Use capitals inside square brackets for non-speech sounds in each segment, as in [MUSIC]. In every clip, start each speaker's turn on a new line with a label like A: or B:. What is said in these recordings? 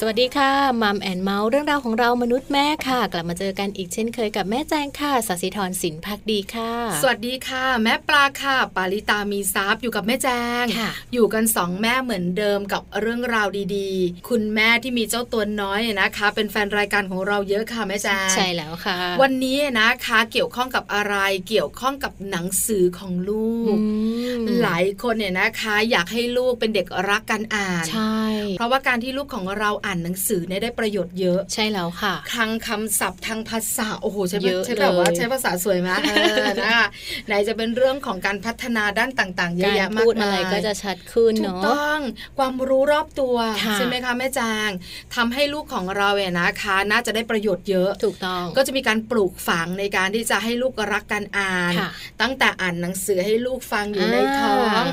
A: สวัสดีค่ะมัมแอนเมาส์เรื่องราวของเรามนุษย์แม่ค่ะ กลับมาเจอกันอีกเช่นเคยกับแม่แจงค่ะสศิธรสินพักดีค่ะ
B: สวัสดีค่ะ แม่ปลาค่ะ ปาริตามีซับอยู่กับแม่แจง
A: ค่ะ
B: อยู่กันสองแม่เหมือนเดิมกับเรื่องราวดีๆ คุณแม่ที่มีเจ้าตัวน้อยเนี่ยนะคะ เป็นแฟนรายการของเราเยอะค่ะแม่แจง
A: ใช่แล้วค่ะ
B: วันนี้นะคะเกี่ยวข้องกับอะไรเกี่ยวข้องกับหนังสือของลู
A: อื
B: ก
A: ม
B: หลายคนเนี่ยนะคะ อยากให้ลูกเป็นเด็กรักการอ่าน
A: ใช่
B: เพราะว่าการที่ลูกของเราอ่านหนังสือเนี่ยได้ประโยชน์เยอะ
A: ใช่แล้วค่ะ
B: คลังคำศัพท์ทางภาษาโอ้โหใช้
A: เยอะ
B: ใช้แบบว่า
A: เลย
B: ใช้ภาษาสวยมากเออนะคะไหนจะเป็นเรื่องของการพัฒนาด้านต่างๆ เยอะ
A: การ
B: แยะมาก
A: พูด
B: มา
A: อะไร
B: ย
A: ก็จะชัดขึ้น
B: ถูก
A: เนาะ
B: ต้องความรู้รอบตัว
A: ค่ะ
B: ใช่ไหมคะแม่จางทำให้ลูกของเราเนี่ยนะคะ น่าจะได้ประโยชน์เยอะ
A: ถูกต้อง
B: ก็จะมีการปลูกฝังในการที่จะให้ลูกรักการอ่าน
A: ค่ะ
B: ตั้งแต่อ่านหนังสือให้ลูกฟังอยู่ใน
A: อ่า
B: ท้อง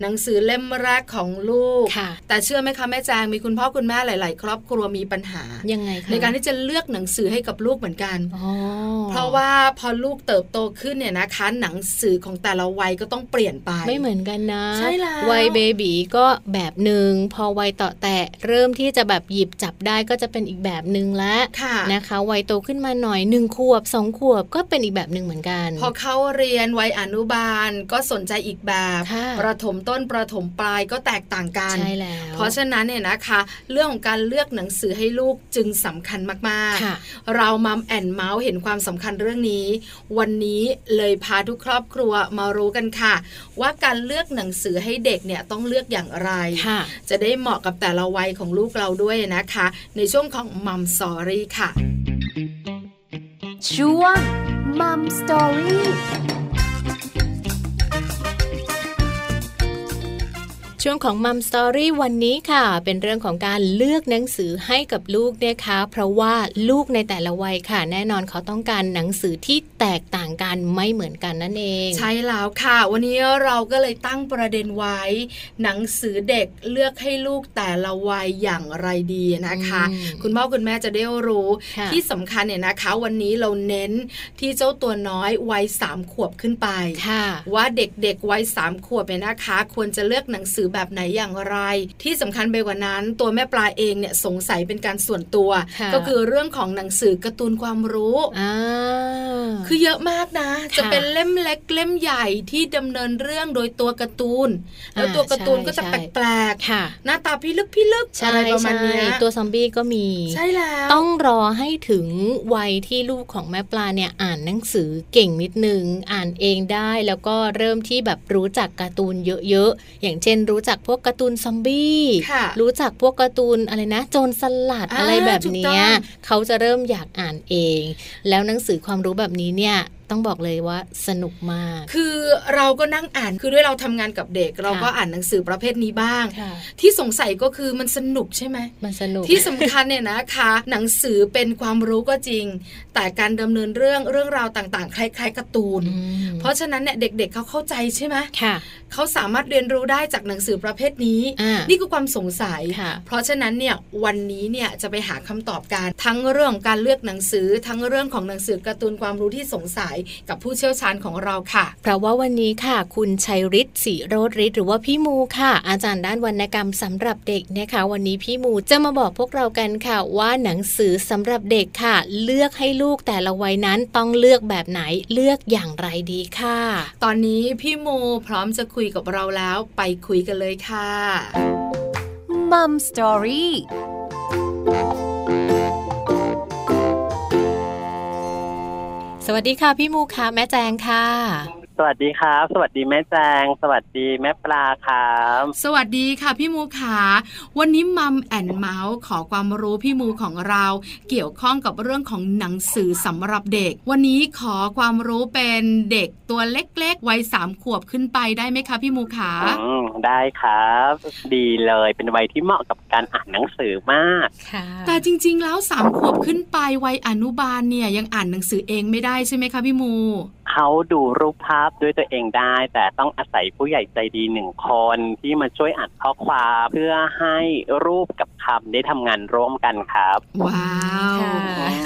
B: หนังสือเล่มแรกของลูก
A: ค่ะ
B: แต่เชื่อไหมคะแม่แจางมีคุณพ่อคุณแม่หลาย ๆ ครอบครัวมีปัญหา
A: ยังไงคะ
B: ในการที่จะเลือกหนังสือให้กับลูกเหมือนกัน
A: อ๋อ
B: เพราะว่าพอลูกเติบโตขึ้นเนี่ยนะคะหนังสือของแต่ละวัยก็ต้องเปลี่ยนไป
A: ไม่เหมือนกันนะ
B: ใช่แล้ว
A: วัยเบบีก็แบบหนึ่งพอวัยเต่อแตะเริ่มที่จะแบบหยิบจับได้ก็จะเป็นอีกแบบหนึ่งละ
B: ค่ะ
A: นะคะวัยโตขึ้นมาหน่อยหนึ่งขวบสองขวบก็เป็นอีกแบบหนึ่งเหมือนกัน
B: พอเข้าเรียนวัยอนุบาลก็สนใจอีกแบบ
A: ค่ะ
B: ประถมต้นประถมปลายก็แตกต่างกัน
A: ใช่แล้ว
B: เพราะฉะนั้นเนี่ยนะคะ เรื่องของการเลือกหนังสือให้ลูกจึงสำคัญมาก
A: ค่ะ
B: ๆ เรามัมแอนเมาส์เห็นความสำคัญเรื่องนี้ วันนี้เลยพาทุกครอบครัวมารู้กันค่ะ ว่าการเลือกหนังสือให้เด็กเนี่ยต้องเลือกอย่างไร
A: ค่ะ
B: จะได้เหมาะกับแต่ละวัยของลูกเราด้วยนะคะ ในช่วงของมัมสอรี่ค่ะ
C: ช่วงมัมสตอรี่
A: ช่วงของมัมสตอรี่วันนี้ค่ะ เป็นเรื่องของการเลือกหนังสือให้กับลูกนะคะ เพราะว่าลูกในแต่ละวัยค่ะ แน่นอนเขาต้องการหนังสือที่แตกต่างกันไม่เหมือนกันนั่นเอง
B: ใช่แล้วค่ะ วันนี้เราก็เลยตั้งประเด็นไว้ หนังสือเด็กเลือกให้ลูกแต่ละวัยอย่างไรดีนะคะ
A: อืม
B: คุณพ่อคุณแม่จะได้รู้
A: ค่ะ
B: ที่สำคัญเนี่ยนะคะ วันนี้เราเน้นที่เจ้าตัวน้อยวัยสามขวบขึ้นไป
A: ค่ะ
B: ว่าเด็กๆวัยสามขวบเนี่ยนะคะ ควรจะเลือกหนังสือแบบไหนอย่างไร ที่สำคัญไปกว่านั้น ตัวแม่ปลาเองเนี่ยสงสัยเป็นการส่วนตัว
A: ค่ะ
B: ก็คือเรื่องของหนังสือการ์ตูนความรู้
A: อ่า
B: คือเยอะมากนะ
A: ค่ะ
B: จะเป็นเล่มเล็กเล่มใหญ่ที่ดำเนินเรื่องโดยตัวการ์ตูน แล้ว
A: อ่า
B: ตัวการ์ตูนก็จะ
A: ใช่
B: แปลก
A: ค่ะ
B: ๆหน้าตาพี่ลึกพี่ลึก
A: ใช่
B: อะไรประมาณเนี้ย
A: ใช่ตัวซอมบี้ก็มี
B: ใช่แล้ว
A: ต้องรอให้ถึงวัยที่ลูกของแม่ปลาเนี่ยอ่านหนังสือเก่งนิดนึง อ่านเองได้แล้วก็เริ่มที่แบบรู้จักการ์ตูนเยอะๆ อย่างเช่น รู้จักพวกการ์ตูนซอมบี้
B: ค่ะ
A: รู้จักพวกการ์ตูนอะไรนะ โจรสลัด
B: อ่า
A: อะไรแบบ
B: ถูกต้
A: เนี้ย
B: อง
A: เขาจะเริ่มอยากอ่านเอง แล้วหนังสือความรู้แบบนี้เนี่ยต้องบอกเลยว่าสนุกมาก
B: คือเราก็นั่งอ่านคือด้วยเราทำงานกับเด็ก เราก็
A: ค่ะ
B: อ่านหนังสือประเภทนี้บ้าง
A: ค่ะ
B: ที่สงสัยก็คือมันสนุกใช่ไหม
A: มันสนุก
B: ที่สำคัญเนี่ยนะคะ หนังสือเป็นความรู้ก็จริง แต่การดำเนินเรื่องเรื่องราวต่างๆ คล้ายๆการ์ตูน
A: อืม
B: เพราะฉะนั้นเนี่ยเด็กๆเขาเข้าใจใช่ไหม
A: ค่ะ
B: เขาสามารถเรียนรู้ได้จากหนังสือประเภทนี้
A: อ่า
B: นี่คือความสงสัย
A: ค่ะ
B: เพราะฉะนั้นเนี่ยวันนี้เนี่ยจะไปหาคำตอบกันทั้งเรื่องการเลือกหนังสือทั้งเรื่องของหนังสือการ์ตูนความรู้ที่สงสัยกับผู้เชี่ยวชาญของเราค่ะ
A: เพราะว่าวันนี้ค่ะ คุณชัยฤทธิ์ศรีโรจฤทธิ์หรือว่าพี่มูค่ะ อาจารย์ด้านวรรณกรรมสำหรับเด็กนะคะ วันนี้พี่มูจะมาบอกพวกเรากันค่ะ ว่าหนังสือสำหรับเด็กค่ะ เลือกให้ลูกแต่ละวัยนั้นต้องเลือกแบบไหนเลือกอย่างไรดีค่ะ
B: ตอนนี้พี่โมพร้อมจะคุยกับเราแล้วไปคุยกันเลยค่ะ
C: มัมสตอรี่
A: สวัสดีค่ะ พี่มูค่ะแม่แจงค่ะ
D: สวัสดีครับ สวัสดีแม่แจง สวัสดีแม่ปลาครับ
B: สวัสดีค่ะพี่มูขาวันนี้มัมแอนเมาส์ขอความรู้พี่มูของเรา เกี่ยวข้องกับเรื่องของหนังสือสำหรับเด็ก วันนี้ขอความรู้เป็นเด็กตัวเล็กๆวัยสามขวบขึ้นไปได้ไหมคะพี่มูขา
D: อืมได้ครับ ดีเลยเป็นวัยที่เหมาะกับการอ่านหนังสือมาก
A: ค่ะ
B: แต่จริงๆ แล้วสามขวบขึ้นไปวัยอนุบาลเนี่ยยังอ่านหนังสือเองไม่ได้ใช่ไหมคะพี่มู
D: เขาดูรูปภาพด้วยตัวเองได้ แต่ต้องอาศัยผู้ใหญ่ใจดีหนึ่งคนที่มาช่วยอัดข้อความเพื่อให้รูปกับ คำได้ทำงานร่วมกันครับ
B: ว้าว
A: ค่ะ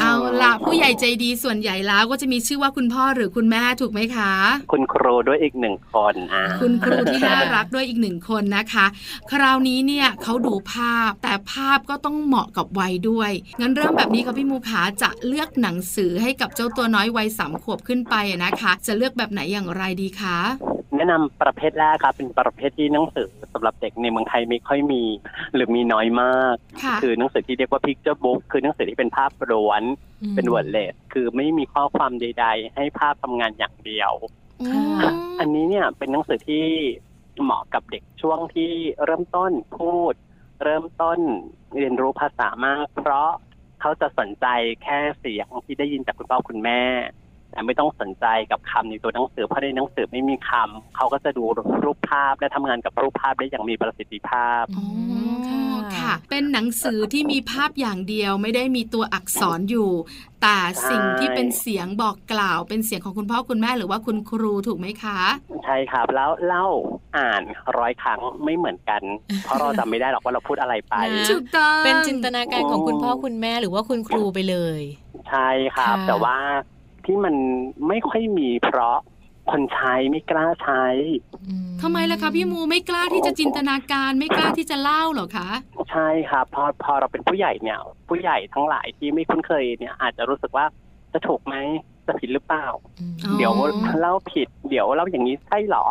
B: เอาล่ะ ผู้ใหญ่ใจดีส่วนใหญ่แล้วก็จะมีชื่อว่าคุณพ่อหรือคุณแม่ถูกไหมคะ
D: คุณครูด้วยอีกหนึ่งคนอ่า
B: คุณครูที่น่ารักด้วยอีกหนึ่งคนนะคะ คราวนี้เนี่ยเขาดูภาพแต่ภาพก็ต้องเหมาะกับวัยด้วยงั้นเริ่มแบบนี้ค่ะพี่มูขาจะเลือกหนังสือให้กับเจ้าตัวน้อยวัยสามขวบขึ้นไปอะนะคะ จะเลือกแบบไหนอย่างไรดีคะ
D: แนะนำประเภทแรกครับเป็นประเภทที่หนังสือสำหรับเด็กในเมืองไทยไม่ค่อยมี หรือมีน้อยมาก
B: ค่ะ
D: คือหนังสือที่เรียกว่า picture book คือหนังสือที่เป็นภาพล้วนเป็นวอ d เลสคือไม่มีข้อความใด ๆ ให้ภาพทำงานอย่างเดียว
B: อืม
D: อันนี้เนี่ยเป็นหนังสือที่เหมาะกับเด็กช่วงที่เริ่มต้นพูด เริ่มต้นเรียนรู้ภาษามาก เพราะเขาจะสนใจแค่เสียงที่ได้ยินจากคุณพ่อคุณแม่ แต่ไม่ต้องสนใจกับคำในตัวหนังสือเพราะในหนังสือไม่มีคำเขาก็จะดูรูปภาพและทำงานกับรูปภาพได้อย่างมีประสิทธิภาพ
B: อ๋อค่ะ เป็นหนังสือที่มีภาพอย่างเดียวไม่ได้มีตัวอักษรอยู่ แต่สิ่งที่เป็นเสียงบอกกล่าว เป็นเสียงของคุณพ่อคุณแม่หรือว่าคุณครูถูกไหมคะ
D: ใช่ครับ แล้วเล่าอ่านร้อยครั้งไม่เหมือนกัน เพราะเราจำไม่ได้หรอกว่าเราพูดอะไรไป
A: นะ
B: ถูกต้อง
A: เป็นจินตนาการของคุณพ่อคุณแม่หรือว่าคุณครูไปเลย
D: ใช่ครับ
A: ค่ะ
D: แต่ว่าที่มันไม่ค่อยมีเพราะคนใช้ไม่กล้าใช้
A: อื
B: ทำไมล่ะคะพี่มูไม่กล้าที่จะจินตนาการไม่กล้าที่จะเล่าเหรอคะ
D: ใช่ครับพอพอเราเป็นผู้ใหญ่เนี่ย ผู้ใหญ่ทั้งหลายที่ไม่คุ้นเคยเนี่ย อาจจะรู้สึกว่าจะถูกไหมจะผิดหรือเปล่า
B: อ๋อ
D: เดี๋ยวเล่าผิด เดี๋ยวเล่าอย่างนี้ใช่เหรอ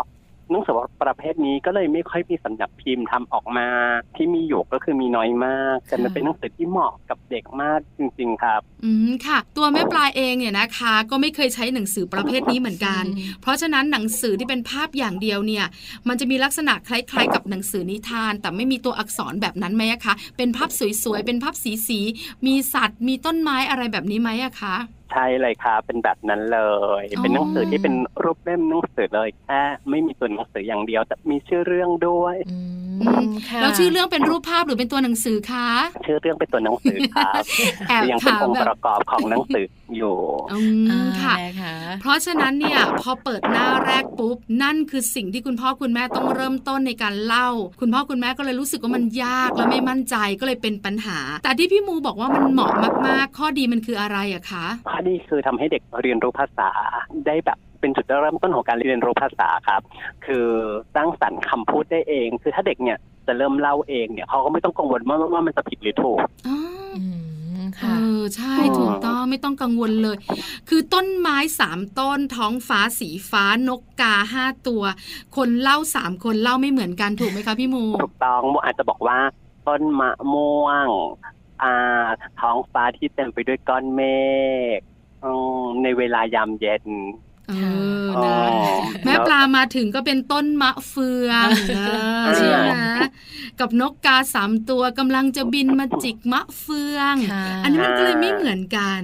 D: หนังสือประเภทนี้ก็เลยไม่ค่อยมีสำนักพิมพ์ทำออกมา ที่มีอยู่ก็คือมีน้อยมาก แต่มัน
A: ค่ะ
D: เป็นหนังสือที่เหมาะกับเด็กมากจริง ๆ ครับ
B: อืมค่ะ ตัวแม่ปลาเองเนี่ยนะคะ ก็ไม่เคยใช้หนังสือประเภทนี้เหมือนกัน เพราะฉะนั้นหนังสือที่เป็นภาพอย่างเดียวเนี่ย มันจะมีลักษณะคล้ายๆ กับหนังสือนิทาน แต่ไม่มีตัวอักษรแบบนั้นไหมอะคะ เป็นภาพสวยๆ เป็นภาพสีๆ มีสัตว์ มีต้นไม้อะไรแบบนี้ไหมอะคะ
D: ใช่เลยครับเป็นแบบนั้นเลย
B: อ๋อ
D: เป็นหนังสือที่เป็นรูปเล่มหนังสือเลยแค่ไม่มีตัวหนังสืออย่างเดียว แต่มีชื่อเรื่องด้วย
A: อืม
B: อืม
A: ค่ะ
B: แล้วชื่อเรื่องเป็นรูปภาพหรือเป็นตัวหนังสือคะ
D: ชื่อเรื่องเป็นตัวหนังสือครับ
B: [LAUGHS] แอบ
D: ยังเป็น
B: ถาม
D: องค์
B: แบ
D: ป
B: บ
D: ระกอบของหนังสืออยู่
B: อื
A: อ่าม
B: ค่ะ
A: นะคะ
B: เพราะฉะนั้นเนี่ยพอเปิดหน้าแรกปุ๊บ นั่นคือสิ่งที่คุณพ่อคุณแม่ต้องเริ่มต้นในการเล่า คุณพ่อคุณแม่ก็เลยรู้สึกว่ามันยากและไม่มั่นใจก็เลยเป็นปัญหา แต่ที่พี่มูบอกว่ามันเหมาะมากๆ ข้อดีมันคืออะไรอะคะ
D: ข้อดีคือทำให้เด็กเรียนรู้ภาษา ได้แบบเป็นจุดเริ่มต้นของการเรียนรู้ภาษาครับ คือสร้างสรรค์คำพูดได้เอง คือถ้าเด็กเนี่ยจะเริ่มเล่าเองเนี่ยเขาก็ไม่ต้องกังวลว่าว่าว่ามันจะผิดหรือถูก
B: อ๋อ
A: อืม
B: เอ
A: ค่ะ
B: อใช่
D: อ๋อ
B: ถูกต้องไม่ต้องกังวลเลย คือต้นไม้สามต้นท้องฟ้าสีฟ้านกกาห้าตัว คนเล่าสามคนเล่าไม่เหมือนกันถูกไหมคะพี่มู
D: ถูกต้องอาจจะบอกว่า ต้นมะม่วงอ่าท้องฟ้าที่เต็มไปด้วยก้อนเมฆอืมในเวลายามเย็น
B: เออ
D: อ๋อ
B: นะ แม่
D: ล้ว
B: ปลามาถึงก็เป็นต้นมะเฟืองเออ
D: เชื่
B: ใช่
D: อ
B: ไหมกับนกกาสามตัวกำลังจะบินมาจิกมะเฟือง
A: ค่ะ
B: อันนี้มันก็เลยไม่เหมือนกัน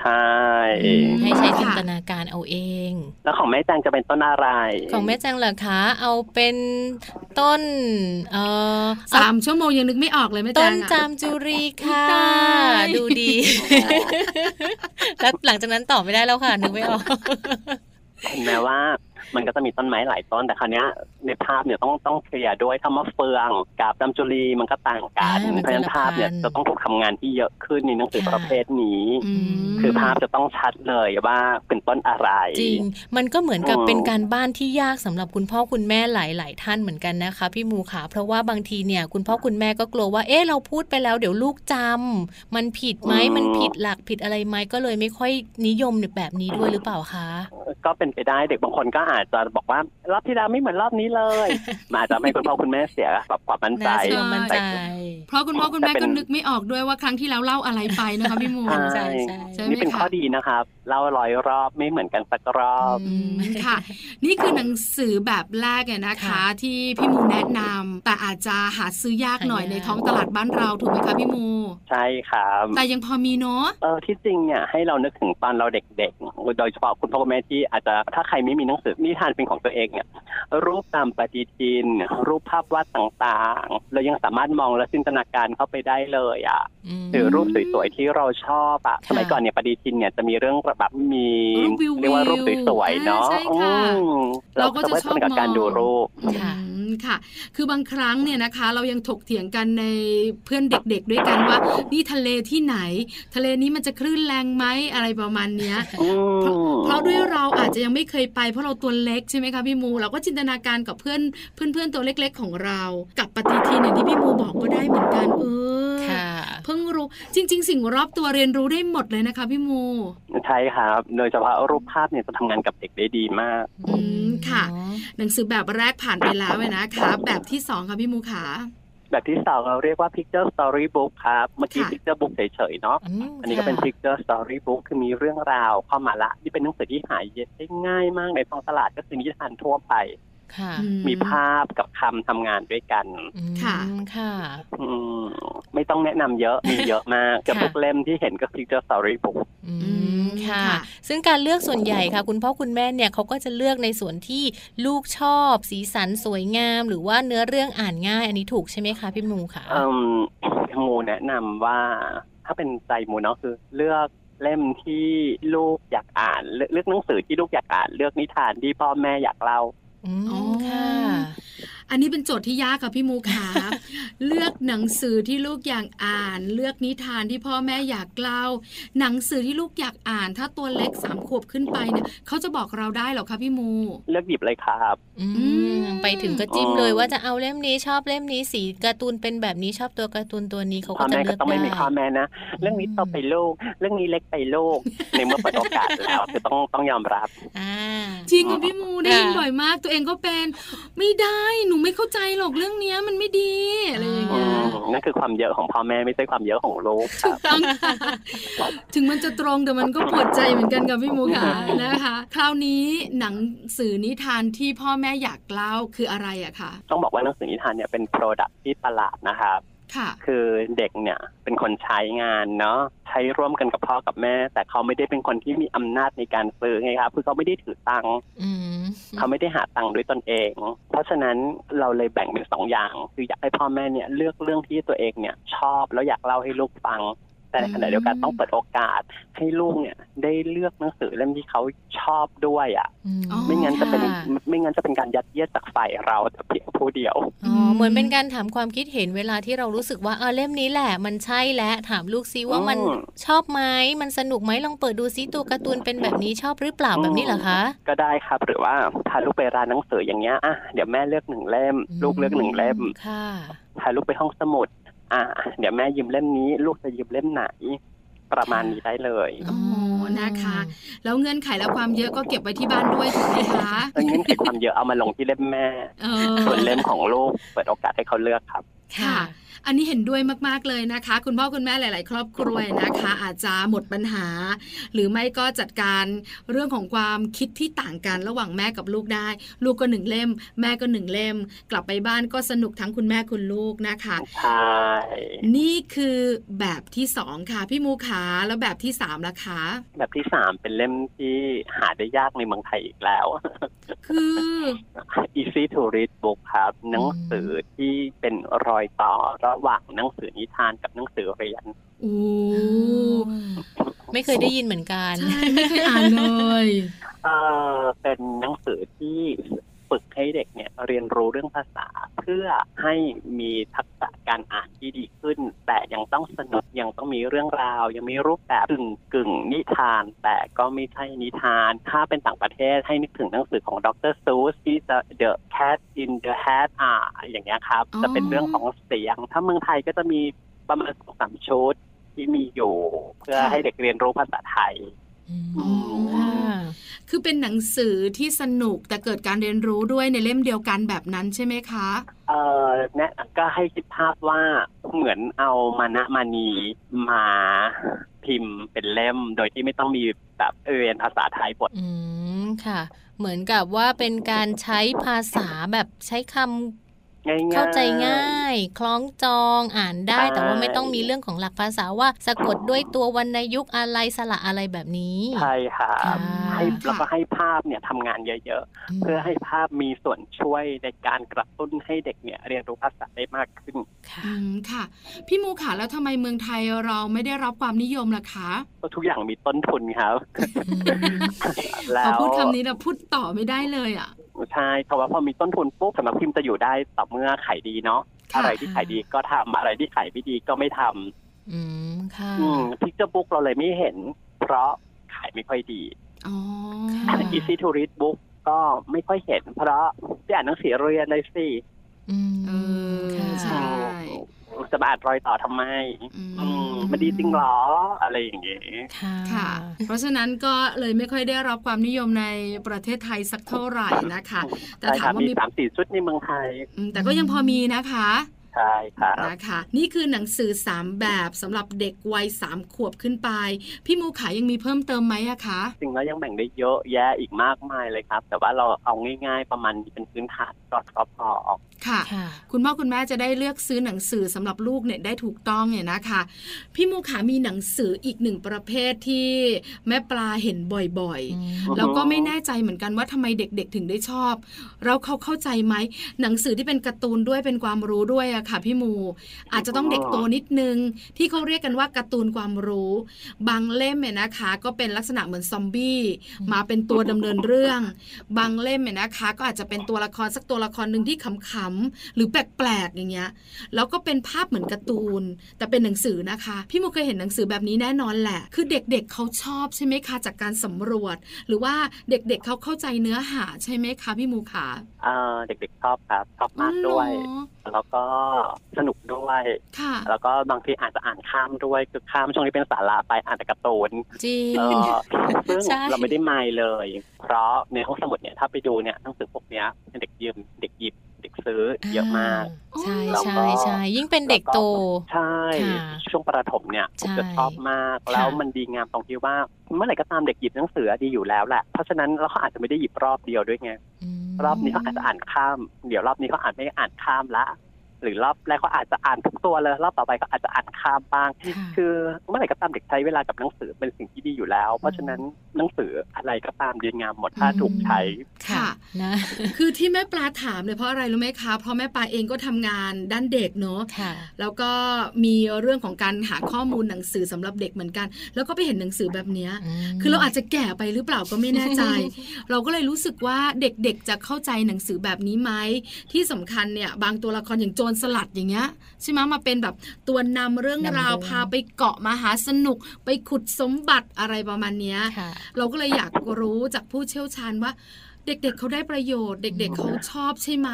D: ใช่
A: อืมให้ใช้
B: ค่ะ
A: จินตนาการเอาเอง
D: แล้วของแม่แจงจะเป็นต้นอะไร
A: ของแม่แจงเหรอคะเอาเป็นต้นเอ่อ
B: สามชั่วโมงยังนึกไม่ออกเลยแม่
A: ต้
B: แจ้
A: น
B: ง
A: จา
B: อะ
A: มจุรีค่ะ
B: ตาย
A: ดูดี
B: [LAUGHS]
A: แล้วหลังจากนั้นต่อไม่ได้แล้วค่ะ นึกไม่ออก
D: เห็นไหมว่ามันก็จะมีต้นไม้หลายต้นแต่คราวเนี้ยในภาพเนี่ยต้องต้องเคลียร์ด้วยถ้ามะเฟืองกับจำจุลีมันก็ต่างกัน
A: อ่ามัน
D: เพ
A: คนละ
D: ราะฉะนั้นภาพเนี่ย
A: พันธุ์
D: จะต้องถูกทำงานที่เยอะขึ้นในหนังสือประเภทนี้
B: อืม
D: คือภาพจะต้องชัดเลยว่าเป็นต้นอะไร
A: จริง มันก็เหมือนกับ
D: อ๋อ
A: เป็นการบ้านที่ยากสำหรับคุณพ่อคุณแม่หลาย ๆ ท่านเหมือนกันนะคะ พี่มูขาเพราะว่าบางทีเนี่ยคุณพ่อคุณแม่ก็กลัวว่า เอ๊ะเราพูดไปแล้วเดี๋ยวลูกจำมันผิดไหมมันผิดหลักผิดอะไรไหมก็เลยไม่ค่อยนิยมแบบนี้ด้วยหรือเปล่าคะ
D: ก็เป็นไปได้เด็กบางคนก็อาจจะบอกว่ารอบที่แล้วไม่เหมือนรอบนี้เลย
A: [LAUGHS]
D: มันอาจจะไม่คุณพ่อคุณแม่เสียแบบความมั่นใจ
A: น่าเชื่อมั่นใจ
B: เพราะคุณพ่อคุณแม่
D: แต่เป็
B: ก็
D: น
B: นึกไม่ออกด้วยว่าครั้งที่แล้วเล่าอะไรไปนะคะพี่มู
A: ใช่ใช่
B: ใช่ไหม
D: นี่เป็น
B: คะ
D: ข้อดีนะครับ เราร้อยรอบไม่เหมือนกันสักรอบ
B: อืมค่ะ นี่คือหนังสือแบบแรกเนี่ยนะคะ
A: ค่ะ
B: ที่พี่มูแนะนำแต่อาจจะหาซื้อยากหน่อย
A: หายาก
B: ในท้องตลาดบ้านเราถูกไหมคะพี่มู
D: ใช่ครับ
B: แต่ยังพอมีเนาะ
D: เออที่จริงเนี่ยให้เรานึกถึงตอนเราเด็กๆ โดยเฉพาะคุณพ่อคุณแม่ที่อาจจะถ้าใครไม่มีหนังสือนิทานเป็นของตัวเองเนี่ยรูปตามปฏิทิน รูปภาพวาดต่างๆ เรายังสามารถมองและจินตนาการเข้าไปได้เลยอ่ะ
A: ม
D: หรือรูปสวยๆที่เราชอบอ่ะ
A: ค่ะ
D: สมัยก่อนเนี่ยปฏิทินเนี่ยจะมีเรื่องแบบมี
B: รูปวิวๆ
D: เรียกว่ารูปสวยๆเนาะ
B: อ่าใช่ค่ะ
D: อืม
B: เราก็จะ
D: สมรถสนกับการดูรูป
A: ค่ะ
B: อืม ค่ะ คือบางครั้งเนี่ยนะคะ เรายังถกเถียงกันในเพื่อนเด็กๆ ด้วยกันว่า นี่ทะเลที่ไหน ทะเลนี้มันจะคลื่นแรงไหมอะไรประมาณเนี้ย
D: อืม
B: เพราะด้วยเราอาจจะยังไม่เคยไปเพราะเราตัวเล็กใช่ไหมคะพี่มู เราก็จินตนาการกับเพื่อนเพื่อนเพื่อนๆตัวเล็ก ๆ ของเรา กับปฏิทินอย่างที่พี่มูบอกก็ได้เหมือนกันเออ
A: ค่ะ
B: เพิ่งรู้จริง ๆ สิ่งรอบตัวเรียนรู้ได้หมดเลยนะคะพี่มู
D: ใช่ครับ โดยเฉพาะรูปภาพเนี่ยจะทำงานกับเด็กได้ดีมาก
B: อืมค่ะ หนังสือแบบแรกผ่านไปแล้วเลยนะคะ แบบที่สองค่ะพี่มูขา
D: แบบที่สองเราเรียกว่า picture story book ครับ เมื่อกี้
B: ค่ะ
D: picture book เฉยๆเนาะ
A: อืม
D: อันนี้ก็เป็น
A: ค่ะ
D: picture story book คือมีเรื่องราวเข้ามาละ นี่เป็นหนังสือที่หายได้ง่ายมากในท้องตลาดก็คือนิทานทั่วไป
A: ค่ะ
B: อื
D: มีภาพกับคำทำงานด้วยกัน
A: อืม
B: ค่ะ
A: ค่ะ
D: อืมไม่ต้องแนะนำเยอะ มีเยอะมากเกับ
A: ค่ะ
D: ทุกเล่มที่เห็นก็ picture story book
A: อื
B: ม
A: มค่ะ
B: ค่ะ
A: ซึ่งการเลือกส่วนใหญ่ค่ะ คุณพ่อคุณแม่เนี่ยเขาก็จะเลือกในส่วนที่ลูกชอบ สีสันสวยงาม หรือว่าเนื้อเรื่องอ่านง่าย อันนี้ถูกใช่ไหมคะพี่มูค่ะ
D: เอืมมูแนะนำว่าถ้าเป็นใจมูเนาะคือ เลือกเล่มที่ลูกอยากอ่านเลือกเลือกหนังสือที่ลูกอยากอ่าน เลือกนิทานที่พ่อแม่อยากเล่า
A: อืม
B: อ๋อ
A: ค่ะ
B: อันนี้เป็นโจทย์ที่ยากค่ะ [LAUGHS] พี่มูขา เลือกหนังสือที่ลูกอยากอ่าน เลือกนิทานที่พ่อแม่อยากเล่า หนังสือที่ลูกอยากอ่าน ถ้าตัวเล็กสามขวบขึ้นไปเนี่ยเขาจะบอกเราได้เหรอคะพี่มู
D: เลือกหยิบเลยครับ
A: อื
B: ม
A: มไปถึงก็จิ้มเลยว่าจะเอาเล่มนี้ชอบเล่มนี้สีการ์ตูนเป็นแบบนี้ชอบตัวการ์ตูนตัวนี้เขา
D: พ่
A: ก็
D: อ
A: จะ
D: แม่
A: เลื
D: ก็
A: อก
D: ต้อง
A: ได้
D: ไม่มีข้อแม่นะ เรื่องนี้โตไปโลก เรื่องนี้เล็กไปโลก ในเมื่อเปิดโอกาสแล้ว [LAUGHS] คือต้องต้องยอมรับ
A: อ่า
B: จริงค่ะพี่มูได้ยิน
A: ค่ะ
B: บ่อยมาก ตัวเองก็เป็นไม่ได้หนูไม่เข้าใจหรอกเรื่องเนี้ยมันไม่ดีอะไรอย่าง
D: อื
B: เงี้ย
D: มนั่นคือความเยอะของพ่อแม่ไม่ใช่ความเยอะของลูกค
B: ถูก
D: รับ
B: ต้อง [LAUGHS] ค่ะถึงมันจะตรงแต่มันก็ปวดใจเหมือนกันค่ะพี่มูค่ะนะคะ คราวนี้หนังสือนิทานที่พ่อแม่อยากเล่าคืออะไรอะคะ
D: ต้องบอกว่าหนังสือนิทานเนี่ยเป็นโปรดักที่ตลาดนะครับ
B: ค่ะ
D: คือเด็กเนี่ยเป็นคนใช้งานเนาะใช้ร่วมกันกับพ่อกับแม่ แต่เขาไม่ได้เป็นคนที่มีอำนาจในการซื้อไงครับคือเขาไม่ได้ถือตังค์
A: อืม
D: เขาไม่ได้หาตังค์ด้วยตนเอง เพราะฉะนั้นเราเลยแบ่งเป็นสองอย่าง คืออยากให้พ่อแม่เนี่ยเลือกเรื่องที่ตัวเองเนี่ยชอบแล้วอยากเล่าให้ลูกฟัง แต่ในขณะเดียวกัน
B: อืม
D: ต้องเปิดโอกาสให้ลูกเนี่ยได้เลือกหนังสือเล่มที่เขาชอบด้วยอะ่ะ
A: อื
B: อ๋อ
D: ไม่งั้นจะเป็น
A: ค่
D: ไม่งั้นจะเป็นการยัดเยียดจากฝ่ายเราแต่เพียงผู้เดียว
A: อ๋อเหมือนเป็นการถามความคิดเห็นเวลาที่เรารู้สึกว่าเออเล่มนี้แหละ มันใช่และถามลูกซิว่ามัน
D: อืม
A: ชอบไหมมันสนุกไหมลองเปิดดูซิตัวการ์ตูนเป็นแบบนี้ชอบหรือเปล่าแบบนี้เหรอคะ
D: ก็ได้ครับหรือว่าพาลูกไปร้านหนังสืออย่างเงี้ยอ่ะเดี๋ยวแม่เลือกหนึ่งเล่ม ลูกเลือกหนึ่งเล่ม
A: ค่ะ
D: พาลูกไปห้องสมุด อ่ะเดี๋ยวแม่ยืมเล่มนี้ ลูกจะยืมเล่มไหน ประมาณนี้ได้เลย
B: อ๋อนะคะ แล้วเงื่อนไขและความเยอะก็เก็บไว้ที่บ้านด้วยถูกไหมคะ
D: เงินไขความเยอะเอามาลงที่เล่มแม่
B: เออ
D: ส่วนเล่มของลูกเปิดโอกาสให้เขาเลือกครับ
B: ค่ะ อันนี้เห็นด้วยมากๆเลยนะคะ คุณพ่อคุณแม่หลาย ๆ ครอบครัวนะคะ อาจจะหมดปัญหา หรือไม่ก็จัดการเรื่องของความคิดที่ต่างกันระหว่างแม่กับลูกได้ ลูกก็หนึ่งเล่ม แม่ก็หนึ่งเล่ม กลับไปบ้านก็สนุกทั้งคุณแม่คุณลูกนะคะ
D: ใช่
B: นี่คือแบบที่สองค่ะพี่มูขาแล้วแบบที่สามล่ะคะ
D: แบบที่สามเป็นเล่มที่หาได้ยากในเมืองไทยอีกแล้ว [LAUGHS]
B: คือ
D: Easy to read book ครับหนังสือที่เป็นรอยต่อระหว่างหนังสือนิทานกับหนังสือเรียน
B: อู
A: อื้ มไม่เคยได้ยินเหมือนกัน
B: ใช่ไม่เคยอ่านเลย
D: เอ่อเป็นหนังสือที่ฝึกให้เด็กเนี่ยเรียนรู้เรื่องภาษา เพื่อให้มีทักษะการอ่านที่ดีขึ้น แต่ยังต้องสนุกยังต้องมีเรื่องราว ยังมีรูปแบบกึ่งกึ่งนิทาน แต่ก็ไม่ใช่นิทาน ถ้าเป็นต่างประเทศให้นึกถึงหนังสือของดรซูสที่ The- The Cat in the Hat อ่าอย่างเงี้ยครับ
B: อ๋อ
D: จะเป็นเรื่องของเสียง ถ้าเมืองไทยก็จะมีประมาณสองสามชุดที่มีอยู่ เพื่อให้เด็กเรียนรู้ภาษาไทย
B: อ๋อ คือเป็นหนังสือที่สนุกแต่เกิดการเรียนรู้ด้วยในเล่มเดียวกันแบบนั้นใช่ไหมคะ
D: เออแนะก็ให้คิดภาพว่าเหมือนเอามานะมานีมาพิมพ์เป็นเล่ม โดยที่ไม่ต้องมีแบบเรียนภาษาไทยบท
A: อืมค่ะ เหมือนกับว่าเป็นการใช้ภาษาแบบใช้คำ
D: ง่ายๆ
A: เข้าใจง่าย คล้องจองอ่านได้
D: ใช่
A: แต่ว่าไม่ต้องมีเรื่องของหลักภาษาว่าสะกดด้วยตัววรรณยุกต์อะไรสระอะไรแบบนี้
D: ใช่ค่ะ
A: ค่ะ
D: ให้
B: ค่ะ
D: แล้วก็ให้ภาพเนี่ยทำงานเยอะๆ เพื่อให้ภาพมีส่วนช่วยในการกระตุ้นให้เด็กเนี่ยเรียนรู้ภาษาได้มากขึ้น
A: ค่ะ
B: อืมค่ะ พี่มูค่ะแล้วทำไมเมืองไทยเราไม่ได้รับความนิยมล่ะคะ
D: ก็ทุกอย่างมีต้นทุนครับ
A: อืม
B: พ
D: แล้
B: อ
D: ว
B: พูดคำนี้เราพูดต่อไม่ได้เลยอ่ะ
D: ใช่เพราะว่าพอมีต้นทุนปุ๊บสำนักพิมพ์จะอยู่ได้ต่อเมื่อขายดีเนาะ
B: ค่ะ
D: อะไรที่ขายดีก็ทำอะไรที่ขายไม่ดีก็ไม่ทำ
A: อืมค่ะ
D: อืมพิกเจอร์บุ๊กเราเลยไม่เห็น เพราะขายไม่ค่อยดี
B: อ๋อ
A: ค่ะ
D: อีซี่ทูริสบุ๊กก็ไม่ค่อยเห็น เพราะจะอ่านหนังสือเรียนเลยสิ
A: อืม
B: เออ
A: ค่ะ
B: ใช่
D: จะมาอ่านรอยต่อทำไม
B: อืม
D: อืมมันดีจริงเหรอ อะไรอย่างเงี้ย
A: ค่ะ
B: ค่ะ เพราะฉะนั้นก็เลยไม่ค่อยได้รับความนิยมในประเทศไทยสักเท่าไหร่นะคะ แต่
D: ใช่
B: ถา
D: ครั
B: ม
D: บ
B: ว่า
D: มี
B: มี
D: สามสี่ชุดในเมืองไทย
B: อืมแต่ก็ยังพอมีนะคะ
D: ใช่ครับ
B: นะคะ นี่คือหนังสือ 3 แบบสำหรับเด็กวัย3ขวบขึ้นไป พี่มูขายังมีเพิ่มเติมไหมอะคะ
D: จริงแล้วยังแบ่งได้เยอะแยะอีกมากมายเลยครับ แต่ว่าเราเอาง่ายๆ ประมาณนี้เป็นพื้นฐานก่อนก็พอ
B: ค่ะ
A: ค่ะ
B: คุณพ่อคุณแม่จะได้เลือกซื้อหนังสือสำหรับลูกเนี่ยได้ถูกต้องเนี่ยนะคะ พี่มูขามีหนังสืออีกหนึ่งประเภทที่แม่ปลาเห็นบ่อยๆ
A: อืม
B: แล้วก็ไม่แน่ใจเหมือนกันว่าทำไมเด็กๆ ถึงได้ชอบ เราเขาเข้าใจไหม หนังสือที่เป็นการ์ตูนด้วยเป็นความรู้ด้วยอะค่ะ พี่มู อาจจะต้องเด็กโตนิดนึง ที่เขาเรียกกันว่าการ์ตูนความรู้ บางเล่มเนี่ยนะคะ ก็เป็นลักษณะเหมือนซอมบี้
A: อืม
B: มาเป็นตัวดำเนินเรื่อง บางเล่มเนี่ยนะคะ ก็อาจจะเป็นตัวละครสักตัวละครหนึ่งที่ขำๆหรือแปลกๆอย่างเงี้ยแล้วก็เป็นภาพเหมือนการ์ตูน แต่เป็นหนังสือนะคะ พี่มูเคยเห็นหนังสือแบบนี้แน่นอนแหละ คือเด็กๆเขาชอบใช่ไหมคะจากการสำรวจ หรือว่าเด็กๆเขาเข้าใจเนื้อหาใช่ไหมคะพี่มูขา
D: เอ่อเด็กๆชอบครับชอบมากด้วย
B: อ๋อเหรอ
D: แล้วก็สนุกด้วย
B: ค่ะ
D: แล้วก็บางทีอาจจะอ่านข้ามด้วยคือข้ามช่วงนี้เป็นสาระไปอ่านแต่การ์ตูน
A: จริง
D: เออซึ่ง
A: ใช่
D: เราไม่ได้ไม่เลย เพราะในห้องสมุดเนี่ยถ้าไปดูเนี่ยหนังสือพวกเนี้ยเด็กยืมเด็กหยิบเด็กซื้อเยอะมาก
A: ใช่
D: แล้วก็
A: ใช่ใช่ยิ่งเป็นเด็กโต
D: ใช่
A: ค่ะ
D: ช่วงประถมเนี่ยผมจะ
A: ใช่
D: ชอบมาก แล้ว
A: ค่ะ
D: มันดีงามตรงที่ว่า เมื่อไหร่ก็ตามเด็กหยิบหนังสือดีอยู่แล้วแหละเพราะฉะนั้นเราเขาอาจจะไม่ได้หยิบรอบเดียวด้วยไง
A: ม
D: รอบนี้เขาอาจจะอ่านข้าม เดี๋ยวรอบนี้เขาอาจไม่อ่านข้ามละ หรือรอบแรกเขาอาจจะอ่านทุกตัวเลยรอบต่อไปก็อาจจะอ่านข้ามบ้าง
A: ค่ะ
D: คือเมื่อไหร่ก็ตามเด็กใช้เวลากับหนังสือเป็นสิ่งที่ดีอยู่แล้ว เพราะฉะนั้นหนังสืออะไรก็ตามดีงามหมดถ้า
A: อืม
D: ถูกใช้
A: ค่ะ
B: ค่ะ
A: นะ
B: คือที่แม่ปลาถามเนี่ยเพราะอะไรรู้ไหมคะ เพราะแม่ปลาเองก็ทำงานด้านเด็กเนาะ
A: ค่ะ
B: แล้วก็มีเรื่องของการหาข้อมูลหนังสือสำหรับเด็กเหมือนกัน แล้วก็ไปเห็นหนังสือแบบเนี้ย คือเราอาจจะแก่ไปหรือเปล่าก็ไม่แน่
A: [LAUGHS]
B: ใจ เราก็เลยรู้สึกว่าเด็กๆจะเข้าใจหนังสือแบบนี้ไหมที่สำคัญเนี่ยบางตัวละครอย่างโจรสลัดอย่างเงี้ยใช่ไหมมาเป็นแบบตัวนำเรื่อง
A: นำเรื่
B: ราว
A: อง
B: พาไปเกาะมหาสนุก ไปขุดสมบัติอะไรประมาณเนี้ย
A: ค่ะ
B: เราก็เลยอยากรู้จากผู้เชี่ยวชาญว่า เด็กๆเขาได้ประโยชน์ เด็ก ๆเขาชอบใช่ไหม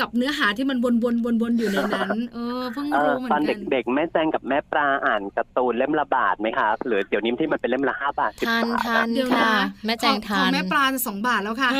B: กับเนื้อหาที่มันวนๆวนๆอยู่ในนั้น เออเพิ่ง
D: เออ
B: รู้เหมือ
D: ตอน น
B: กัน
D: เด็กๆแม่แจงกับแม่ปลาอ่านการ์ตูนเล่มละบาทไหมคะหรือเดี๋ยวนี้ที่มันเป็นเล่มละห้าบาทสิบ
A: ทาน
D: บาท
A: ทา
D: อะ
A: น
B: เดี๋ยวนะ
A: ค่ะ แม่แจง
B: ขอ
A: ทาง น
B: แม่ปลาสองบาทแล้วค่ะ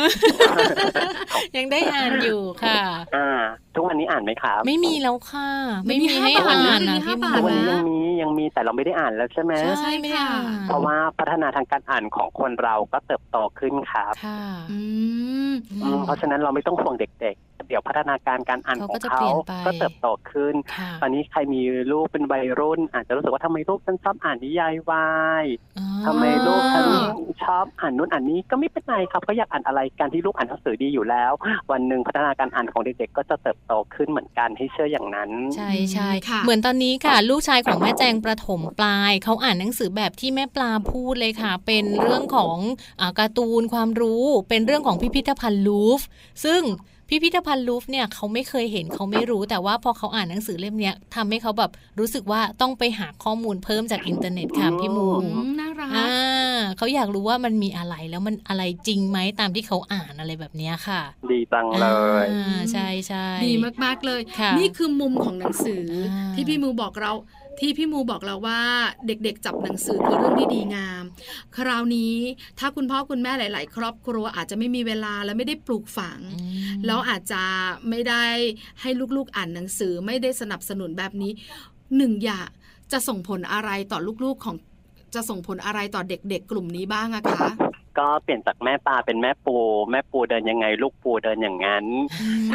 A: [LAUGHS] ยังได้อ่านอยู่ค่ะ
D: อ่า ทุกวันนี้อ่านไหมครับ
A: ไม่มีแล้วค่ะ ไม่มี
B: ไม่มี
A: ให้
B: ห้าบาท
A: อ่าน
B: นะ
A: นะ
B: ไม่มี
A: พี่มู
B: ห้าบาท
D: ทุกวันนี้
B: ะ
D: ยังมียังมีแต่เราไม่ได้อ่านแล้วใช่ไหม
A: ใช่ไม่ได้อ่าน
D: เพราะว่าพัฒนาทางการอ่านของคนเราก็เติบโตขึ้นครับ
A: ค่ะ
B: อืม
A: อื
D: อื
A: ม
D: มเพราะฉะนั้นเราไม่ต้องห่วงเด็กๆ เดี๋ยวพัฒนาการการอ่านของ
A: เขาก็จะเป
D: เขา
A: ลี่ยนไป
D: ก็เติบโตขึ้น
A: ค่ะ
D: ตอนนี้ใครมีลูกเป็นวัยรุ่น อาจจะรู้สึกว่าทำไมลูกฉันชอบอ่านนิยายวาย
A: อ๋อ
D: ทำไมลูกฉัน
B: อ๋อ
D: ชอบอ่านนู้นอ่านนี้ก็ไม่เป็นไรครับก็อยากอ่านอะไรการที่ลูกอ่านหนังสือดีอยู่แล้ว วันหนึ่งพัฒนาการอ่านของเด็กๆ ก็จะเติบโตขึ้นเหมือนกันให้เชื่ออย่างนั้น
A: ใช่ใช่
B: ค่ะ
A: เหมือนตอนนี้ค่ะ ลูกชายของแม่แจงประถมปลายเขาอ่านหนังสือแบบที่แม่ปลาพูดเลยค่ะ เป็นเรื่องของอาการ์ตูนความรู้ เป็นเรื่องของพิพิธภัณฑ์ลูฟร์ซึ่งพิพิธภัณฑ์ลูฟร์เนี่ยเขาไม่เคยเห็นเขาไม่รู้ แต่ว่าพอเขาอ่านหนังสือเล่มเนี้ยทำให้เขาแบบรู้สึกว่าต้องไปหาข้อมูลเพิ่มจากอินเทอร์เน็ตค่ะพี่มู
B: อืมน่ารัก
A: อ่าเขาอยากรู้ว่ามันมีอะไรแล้วมันอะไรจริงไหมตามที่เขาอ่านอะไรแบบเนี้ยค่ะ
D: ดีจังเลย
A: อ่าใช่ใช่
B: ดีมากๆเลย
A: ค่ะ
B: นี่คือมุมของหนังสืออา ที่พี่มูบอกเรา ที่พี่มูบอกเราว่าเด็กๆ จับหนังสือคือเรื่องที่ดีงาม คราวนี้ถ้าคุณพ่อคุณแม่หลาย ๆ ครอบครัวอาจจะไม่มีเวลาและไม่ได้ปลูกฝัง แล้วอาจจะไม่ได้ให้ลูกๆอ่านหนังสือไม่ได้สนับสนุนแบบนี้หนึ่งอย่าจะส่งผลอะไรต่อลูกๆของจะส่งผลอะไรต่อเด็กๆ กลุ่มนี้บ้างอะคะ
D: ก็เปลี่ยนจากแม่ปลาเป็นแม่ปู แม่ปูเดินยังไง ลูกปูเดินอย่างนั้น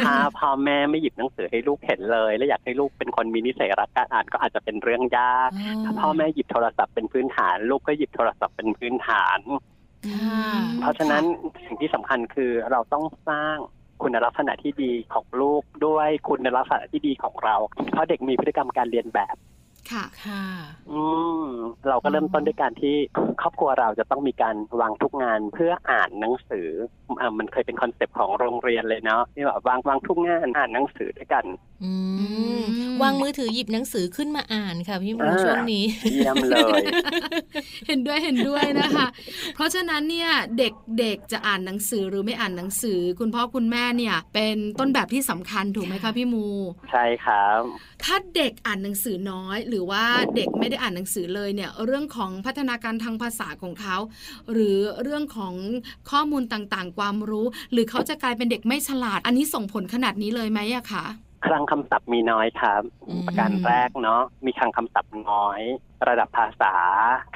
D: ถ้าพ่อแม่ไม่หยิบหนังสือให้ลูกเห็นเลย และอยากให้ลูกเป็นคนมีนิสัยรักการอ่านก็อาจจะเป็นเรื่องยาก ถ้าพ่อแม่หยิบโทรศัพท์เป็นพื้นฐาน ลูกก็หยิบโทรศัพท์เป็นพื้นฐาน
A: ค่ะ
D: เพราะฉะนั้นสิ่งที่สำคัญคือเราต้องสร้างคุณลักษณะที่ดีของลูกด้วยคุณลักษณะที่ดีของเรา เพราะเด็กมีพฤติกรรมการเรียนแบบ
B: ค่ะ
A: ค่ะ
D: อืมเราก็เริ่มต้นด้วยการที่ครอบครัวเราจะต้องมีการวางทุกงานเพื่ออ่านหนังสืออ่ามันเคยเป็นคอนเซปต์ของโรงเรียนเลยเนาะที่แบบวางวางทุกงานอ่านหนังสือด้วยกัน
A: อืม
B: อืม
A: วางมือถือหยิบหนังสือขึ้นมาอ่านค่ะพี่หมู
D: อ่า
A: ช่วงนี้
D: เยี่ยมเลย
B: เห็นด้วยเห็นด้วยนะคะ เพราะฉะนั้นเนี่ยเด็กๆจะอ่านหนังสือหรือไม่อ่านหนังสือ คุณพ่อคุณแม่เนี่ย เป็นต้นแบบที่สำคัญถูกไหมคะพี่มู
D: ใช่ครับ
B: ถ้าเด็กอ่านหนังสือน้อย หรือว่าเด็กไม่ได้อ่านหนังสือเลยเนี่ยเรื่องของพัฒนาการทางภาษาของเขา หรือเรื่องของข้อมูลต่างๆ ความรู้ หรือเขาจะกลายเป็นเด็กไม่ฉลาด อันนี้ส่งผลขนาดนี้เลยไหมอะคะ
D: คลังคำศัพท์มีน้อยครับ
A: อืม
D: ประการแรกเนาะมีคลังคำศัพท์น้อย ระดับภาษา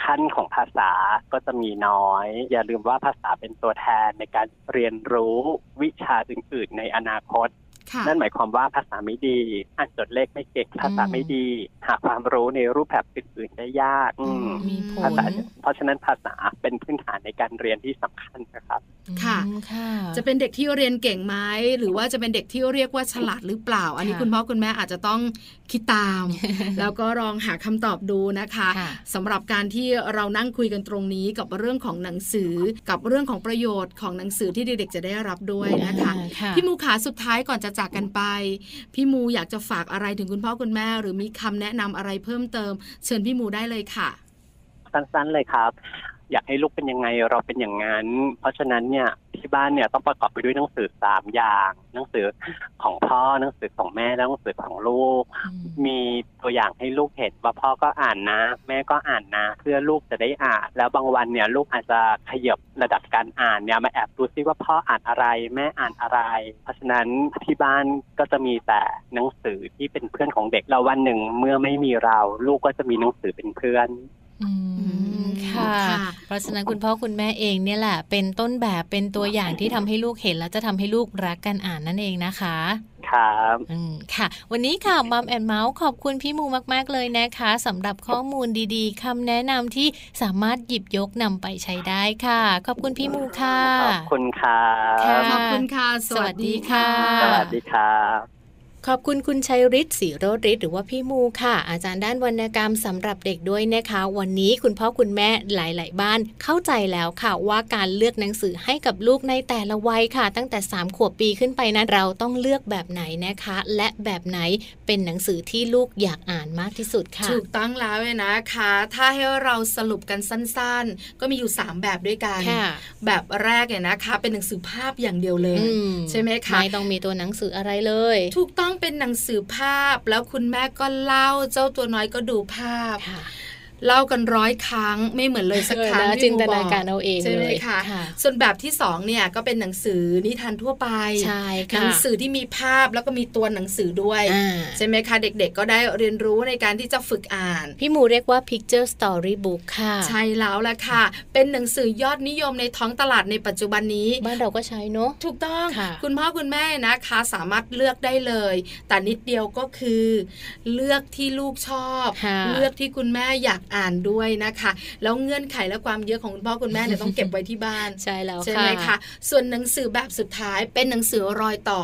D: ขั้นของภาษาก็จะมีน้อย อย่าลืมว่าภาษาเป็นตัวแทนในการเรียนรู้วิชาอื่นๆในอนาคต
B: ค่ะ
D: นั่นหมายความว่าภาษาไม่ดี อ่านจดเลขไม่เก่งภาษาไม่ดี หาความรู้ในรูปแบบอื่นๆได้ยากอืม
A: มีผ
D: ภา
A: ล
D: ษาเพราะฉะนั้นภาษาเป็นพื้นฐานในการเรียนที่สำคัญนะครับ
B: ค่ะ
A: อืมค่ะ
B: จะเป็นเด็กที่เรียนเก่งไหมหรือว่าจะเป็นเด็กที่เรียกว่าฉลาดหรือเปล่า อันนี้
A: ค่ะ
B: คุณพ่อคุณแม่อาจจะต้องคิดตาม แล้วก็ลองหาคำตอบดูนะคะ
A: ค่ะ
B: สำหรับการที่เรานั่งคุยกันตรงนี้กับเรื่องของหนังสือ กับเรื่องของประโยชน์ของหนังสือที่เด็กๆจะได้รับด้วยนะคะ
A: อ่าค่ะ
B: พี่มูขาสุดท้ายก่อนจะจากกันไป พี่มูอยากจะฝากอะไรถึงคุณพ่อคุณแม่ หรือมีคำแนะนำอะไรเพิ่มเติม เชิญพี่มูได้เลยค่ะ
D: สั้นๆเลยครับ อยากให้ลูกเป็นยังไงเราเป็นอย่างนั้น เพราะฉะนั้นเนี่ยที่บ้านเนี่ยต้องประกอบไปด้วยหนังสือสามอย่าง หนังสือของพ่อหนังสือของแม่และหนังสือของลูก มีตัวอย่างให้ลูกเห็นว่าพ่อก็อ่านนะ แม่ก็อ่านนะ เพื่อลูกจะได้อ่าน แล้วบางวันเนี่ยลูกอาจจะขยับระดับการอ่านเนี่ยมาแอบดูซิว่าพ่ออ่านอะไร แม่อ่านอะไร เพราะฉะนั้นที่บ้านก็จะมีแต่หนังสือที่เป็นเพื่อนของเด็กเราวันหนึ่งเมื่อไม่มีเรา ลูกก็จะมีหนังสือเป็นเพื่อน
A: อืมค่ะ
B: ค่ะ
A: เพราะฉะนั้นคุณพ่อคุณแม่เองเนี่ยแหละ เป็นต้นแบบเป็นตัวอย่างที่ทำให้ลูกเห็น แล้วจะทำให้ลูกรักการอ่านนั่นเองนะคะ
D: ครับ
A: อืมค่ะ วันนี้ค่ะมัมแอนเมาส์ขอบคุณพี่มูมาก ๆ เลยนะคะสำหรับข้อมูลดีๆคำแนะนำที่สามารถหยิบยกนำไปใช้ได้ค่ะ ขอบคุณพี่มูค่ะ
D: ขอบคุณครับ
A: ค่ะ
B: ขอบคุณค่ะ สวัสดีค่ะ
A: สวัสดี
D: ส
A: ค่ะ
D: วัสดีครับ
A: ขอบคุณคุณชัยฤทธิ์ศรีโรจฤทธิ์หรือว่าพี่มูค่ะ อาจารย์ด้านวรรณกรรมสำหรับเด็กด้วยนะคะ วันนี้คุณพ่อคุณแม่หลาย ๆ บ้านเข้าใจแล้วค่ะว่าการเลือกหนังสือให้กับลูกในแต่ละวัยค่ะ ตั้งแต่ 3 ขวบปีขึ้นไปนั้นเราต้องเลือกแบบไหนนะคะ และแบบไหนเป็นหนังสือที่ลูกอยากอ่านมากที่สุดค่ะ
B: ถูกต้องแล้วเนี่ยนะคะ ถ้าให้เราสรุปกันสั้นๆ ก็มีอยู่ 3 แบบด้วยกัน
A: ค่ะ
B: แบบแรกเนี่ยนะคะ เป็นหนังสือภาพอย่างเดียวเลย
A: อื
B: ใช่ไหมคะ
A: ไม่ต้องมีตัวหนังสืออะไรเลย
B: ถูกต้องเป็นหนังสือภาพ แล้วคุณแม่ก็เล่าเจ้าตัวน้อยก็ดูภาพ
A: ค่ะ
B: เล่ากันร้อยครั้งไม่เหมือนเลยสักครั้ง
A: เออนะ
B: ที่
A: จินตนาการเอาเอง
B: ใช่ไหม
A: เลย
B: คะ
A: ค่ะ
B: ส่วนแบบที่สองเนี่ยก็เป็นหนังสือนิทานทั่วไป
A: ใช่
B: ห
A: ค่ะ
B: นังสือที่มีภาพแล้วก็มีตัวหนังสือด้วย
A: อ่า
B: ใช่ไหมคะ เด็กๆ ก็ได้เรียนรู้ในการที่จะฝึกอ่าน
A: พี่หมูเรียกว่า picture story book ค่ะ
B: ใช่แล้วล่ะค่ะ เป็นหนังสือยอดนิยมในท้องตลาดในปัจจุบันนี้
A: บ้านเราก็ใช้เนอะ
B: ถูกต้อง
A: ค่ะ
B: ณพ่อคุณแม่นะคะสามารถเลือกได้เลย แต่นิดเดียวก็คือ เลือกที่ลูกชอบ
A: ค่ะ
B: เลือกที่คุณแม่อยากอ่านด้วยนะคะ แล้วเงื่อนไขและความเยอะของคุณพ่อคุณแม่เนี่ยต้องเก็บไว้ที่บ้าน
A: ใช่แล้ว
B: ใช่ไห
A: ค่ะ
B: มคะส่วนหนังสือแบบสุดท้ายเป็นหนังสือรอยต่อ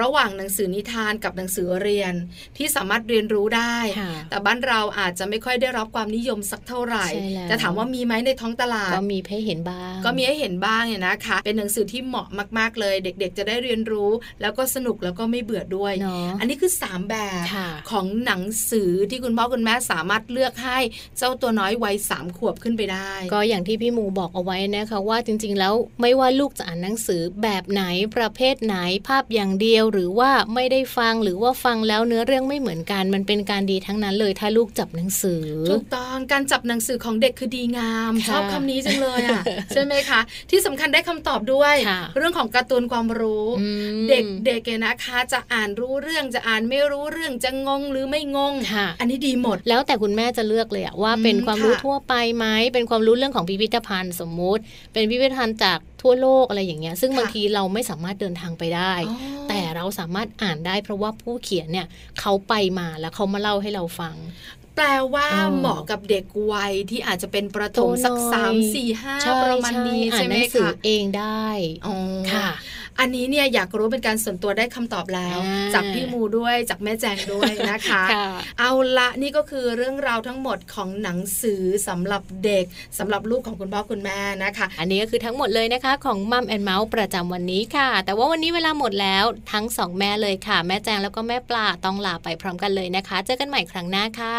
B: ระหว่างหนังสือนิทานกับหนังสือเรียน ที่สามารถเรียนรู้ได้
A: ค่ะ
B: แต่บ้านเราอาจจะไม่ค่อยได้รับความนิยมสักเท่าไหร่
A: ใช่แล้ว
B: แต่ถามว่ามีไหมในท้องตลาด
A: ก็มีให้เห็นบ้าง
B: ก็มีให้เห็นบ้างเนี่ยนะคะ เป็นหนังสือที่เหมาะมาก ๆ เลย เด็ก ๆ จะได้เรียนรู้ แล้วก็สนุกแล้วก็ไม่เบื่อด้วย
A: เนาะ
B: อันนี้คือ 3 แบบ
A: ค่ะ
B: ของหนังสือที่คุณพ่อคุณแม่สามารถเลือกให้เจ้าตัวน้อยวัยสามขวบขึ้นไปได้
A: ก็อย่างที่พี่หมูบอกเอาไว้นะคะว่าจริงๆแล้วไม่ว่าลูกจะอ่านหนังสือแบบไหนประเภทไหนภาพอย่างเดียว หรือว่าไม่ได้ฟังหรือว่าฟังแล้วเนื้อเรื่องไม่เหมือนกัน มันเป็นการดีทั้งนั้นเลยถ้าลูกจับหนังสือ
B: ถูกต้องการจับหนังสือของเด็กคือดีงาม
A: ค่ะ
B: ชอบคำนี้จังเลย
A: [LAUGHS]
B: อ่ะ ใช่ไหมคะ ที่สำคัญได้คำตอบด้วย
A: ค่ะ
B: เรื่องของการ์ตูนความรู้
A: อืม
B: เด็กเด็กเนี่ยนะคะ จะอ่านรู้เรื่องจะอ่านไม่รู้เรื่องจะงงหรือไม่งง
A: ค่ะ
B: อันนี้ดีหมด
A: แล้วแต่คุณแม่จะเลือกเลยอะว่า
B: อืม
A: เป็นความรู้
B: ค่ะ
A: ทั่วไปไหมเป็นความรู้เรื่องของพิพิธภัณฑ์สมมุติ เป็นพิพิธภัณฑ์จากทั่วโลกอะไรอย่างเงี้ยซึ่งบางทีเราไม่สามารถเดินทางไปได้
B: อ๋อ
A: แต่เราสามารถอ่านได้เพราะว่าผู้เขียนเนี่ยเขาไปมาแล้วเขามาเล่าให้เราฟัง
B: แปลว่า
A: อืม
B: เหมาะกับเด็กวัยที่อาจจะเป็นประถ
A: ตั
B: ม
A: วน้อย
B: สักสามสี่ห้า
A: ใช่
B: ประมาณนี้
A: อ่า
B: ใช่
A: น
B: ไห
A: ห
B: ม
A: นังสือ
B: คะ
A: เองได้
B: อ๋อ
A: ค่ะ
B: อันนี้เนี่ยอยากรู้เป็นการส่วนตัวได้คำตอบแล้ว
A: อ่า
B: จากพี่มูด้วยจากแม่แจงด้วยนะคะ
A: ค่ะ
B: เอาละนี่ก็คือเรื่องราวทั้งหมดของหนังสือสำหรับเด็กสำหรับลูกของคุณพ่อคุณแม่นะคะ
A: อันนี้ก็คือทั้งหมดเลยนะคะของมัมแอนเมาส์ประจำวันนี้ค่ะ แต่ว่าวันนี้เวลาหมดแล้วทั้งสองแม่เลยค่ะ แม่แจงแล้วก็แม่ปลาต้องลาไปพร้อมกันเลยนะคะ เจอกันใหม่ครั้งหน้าค่ะ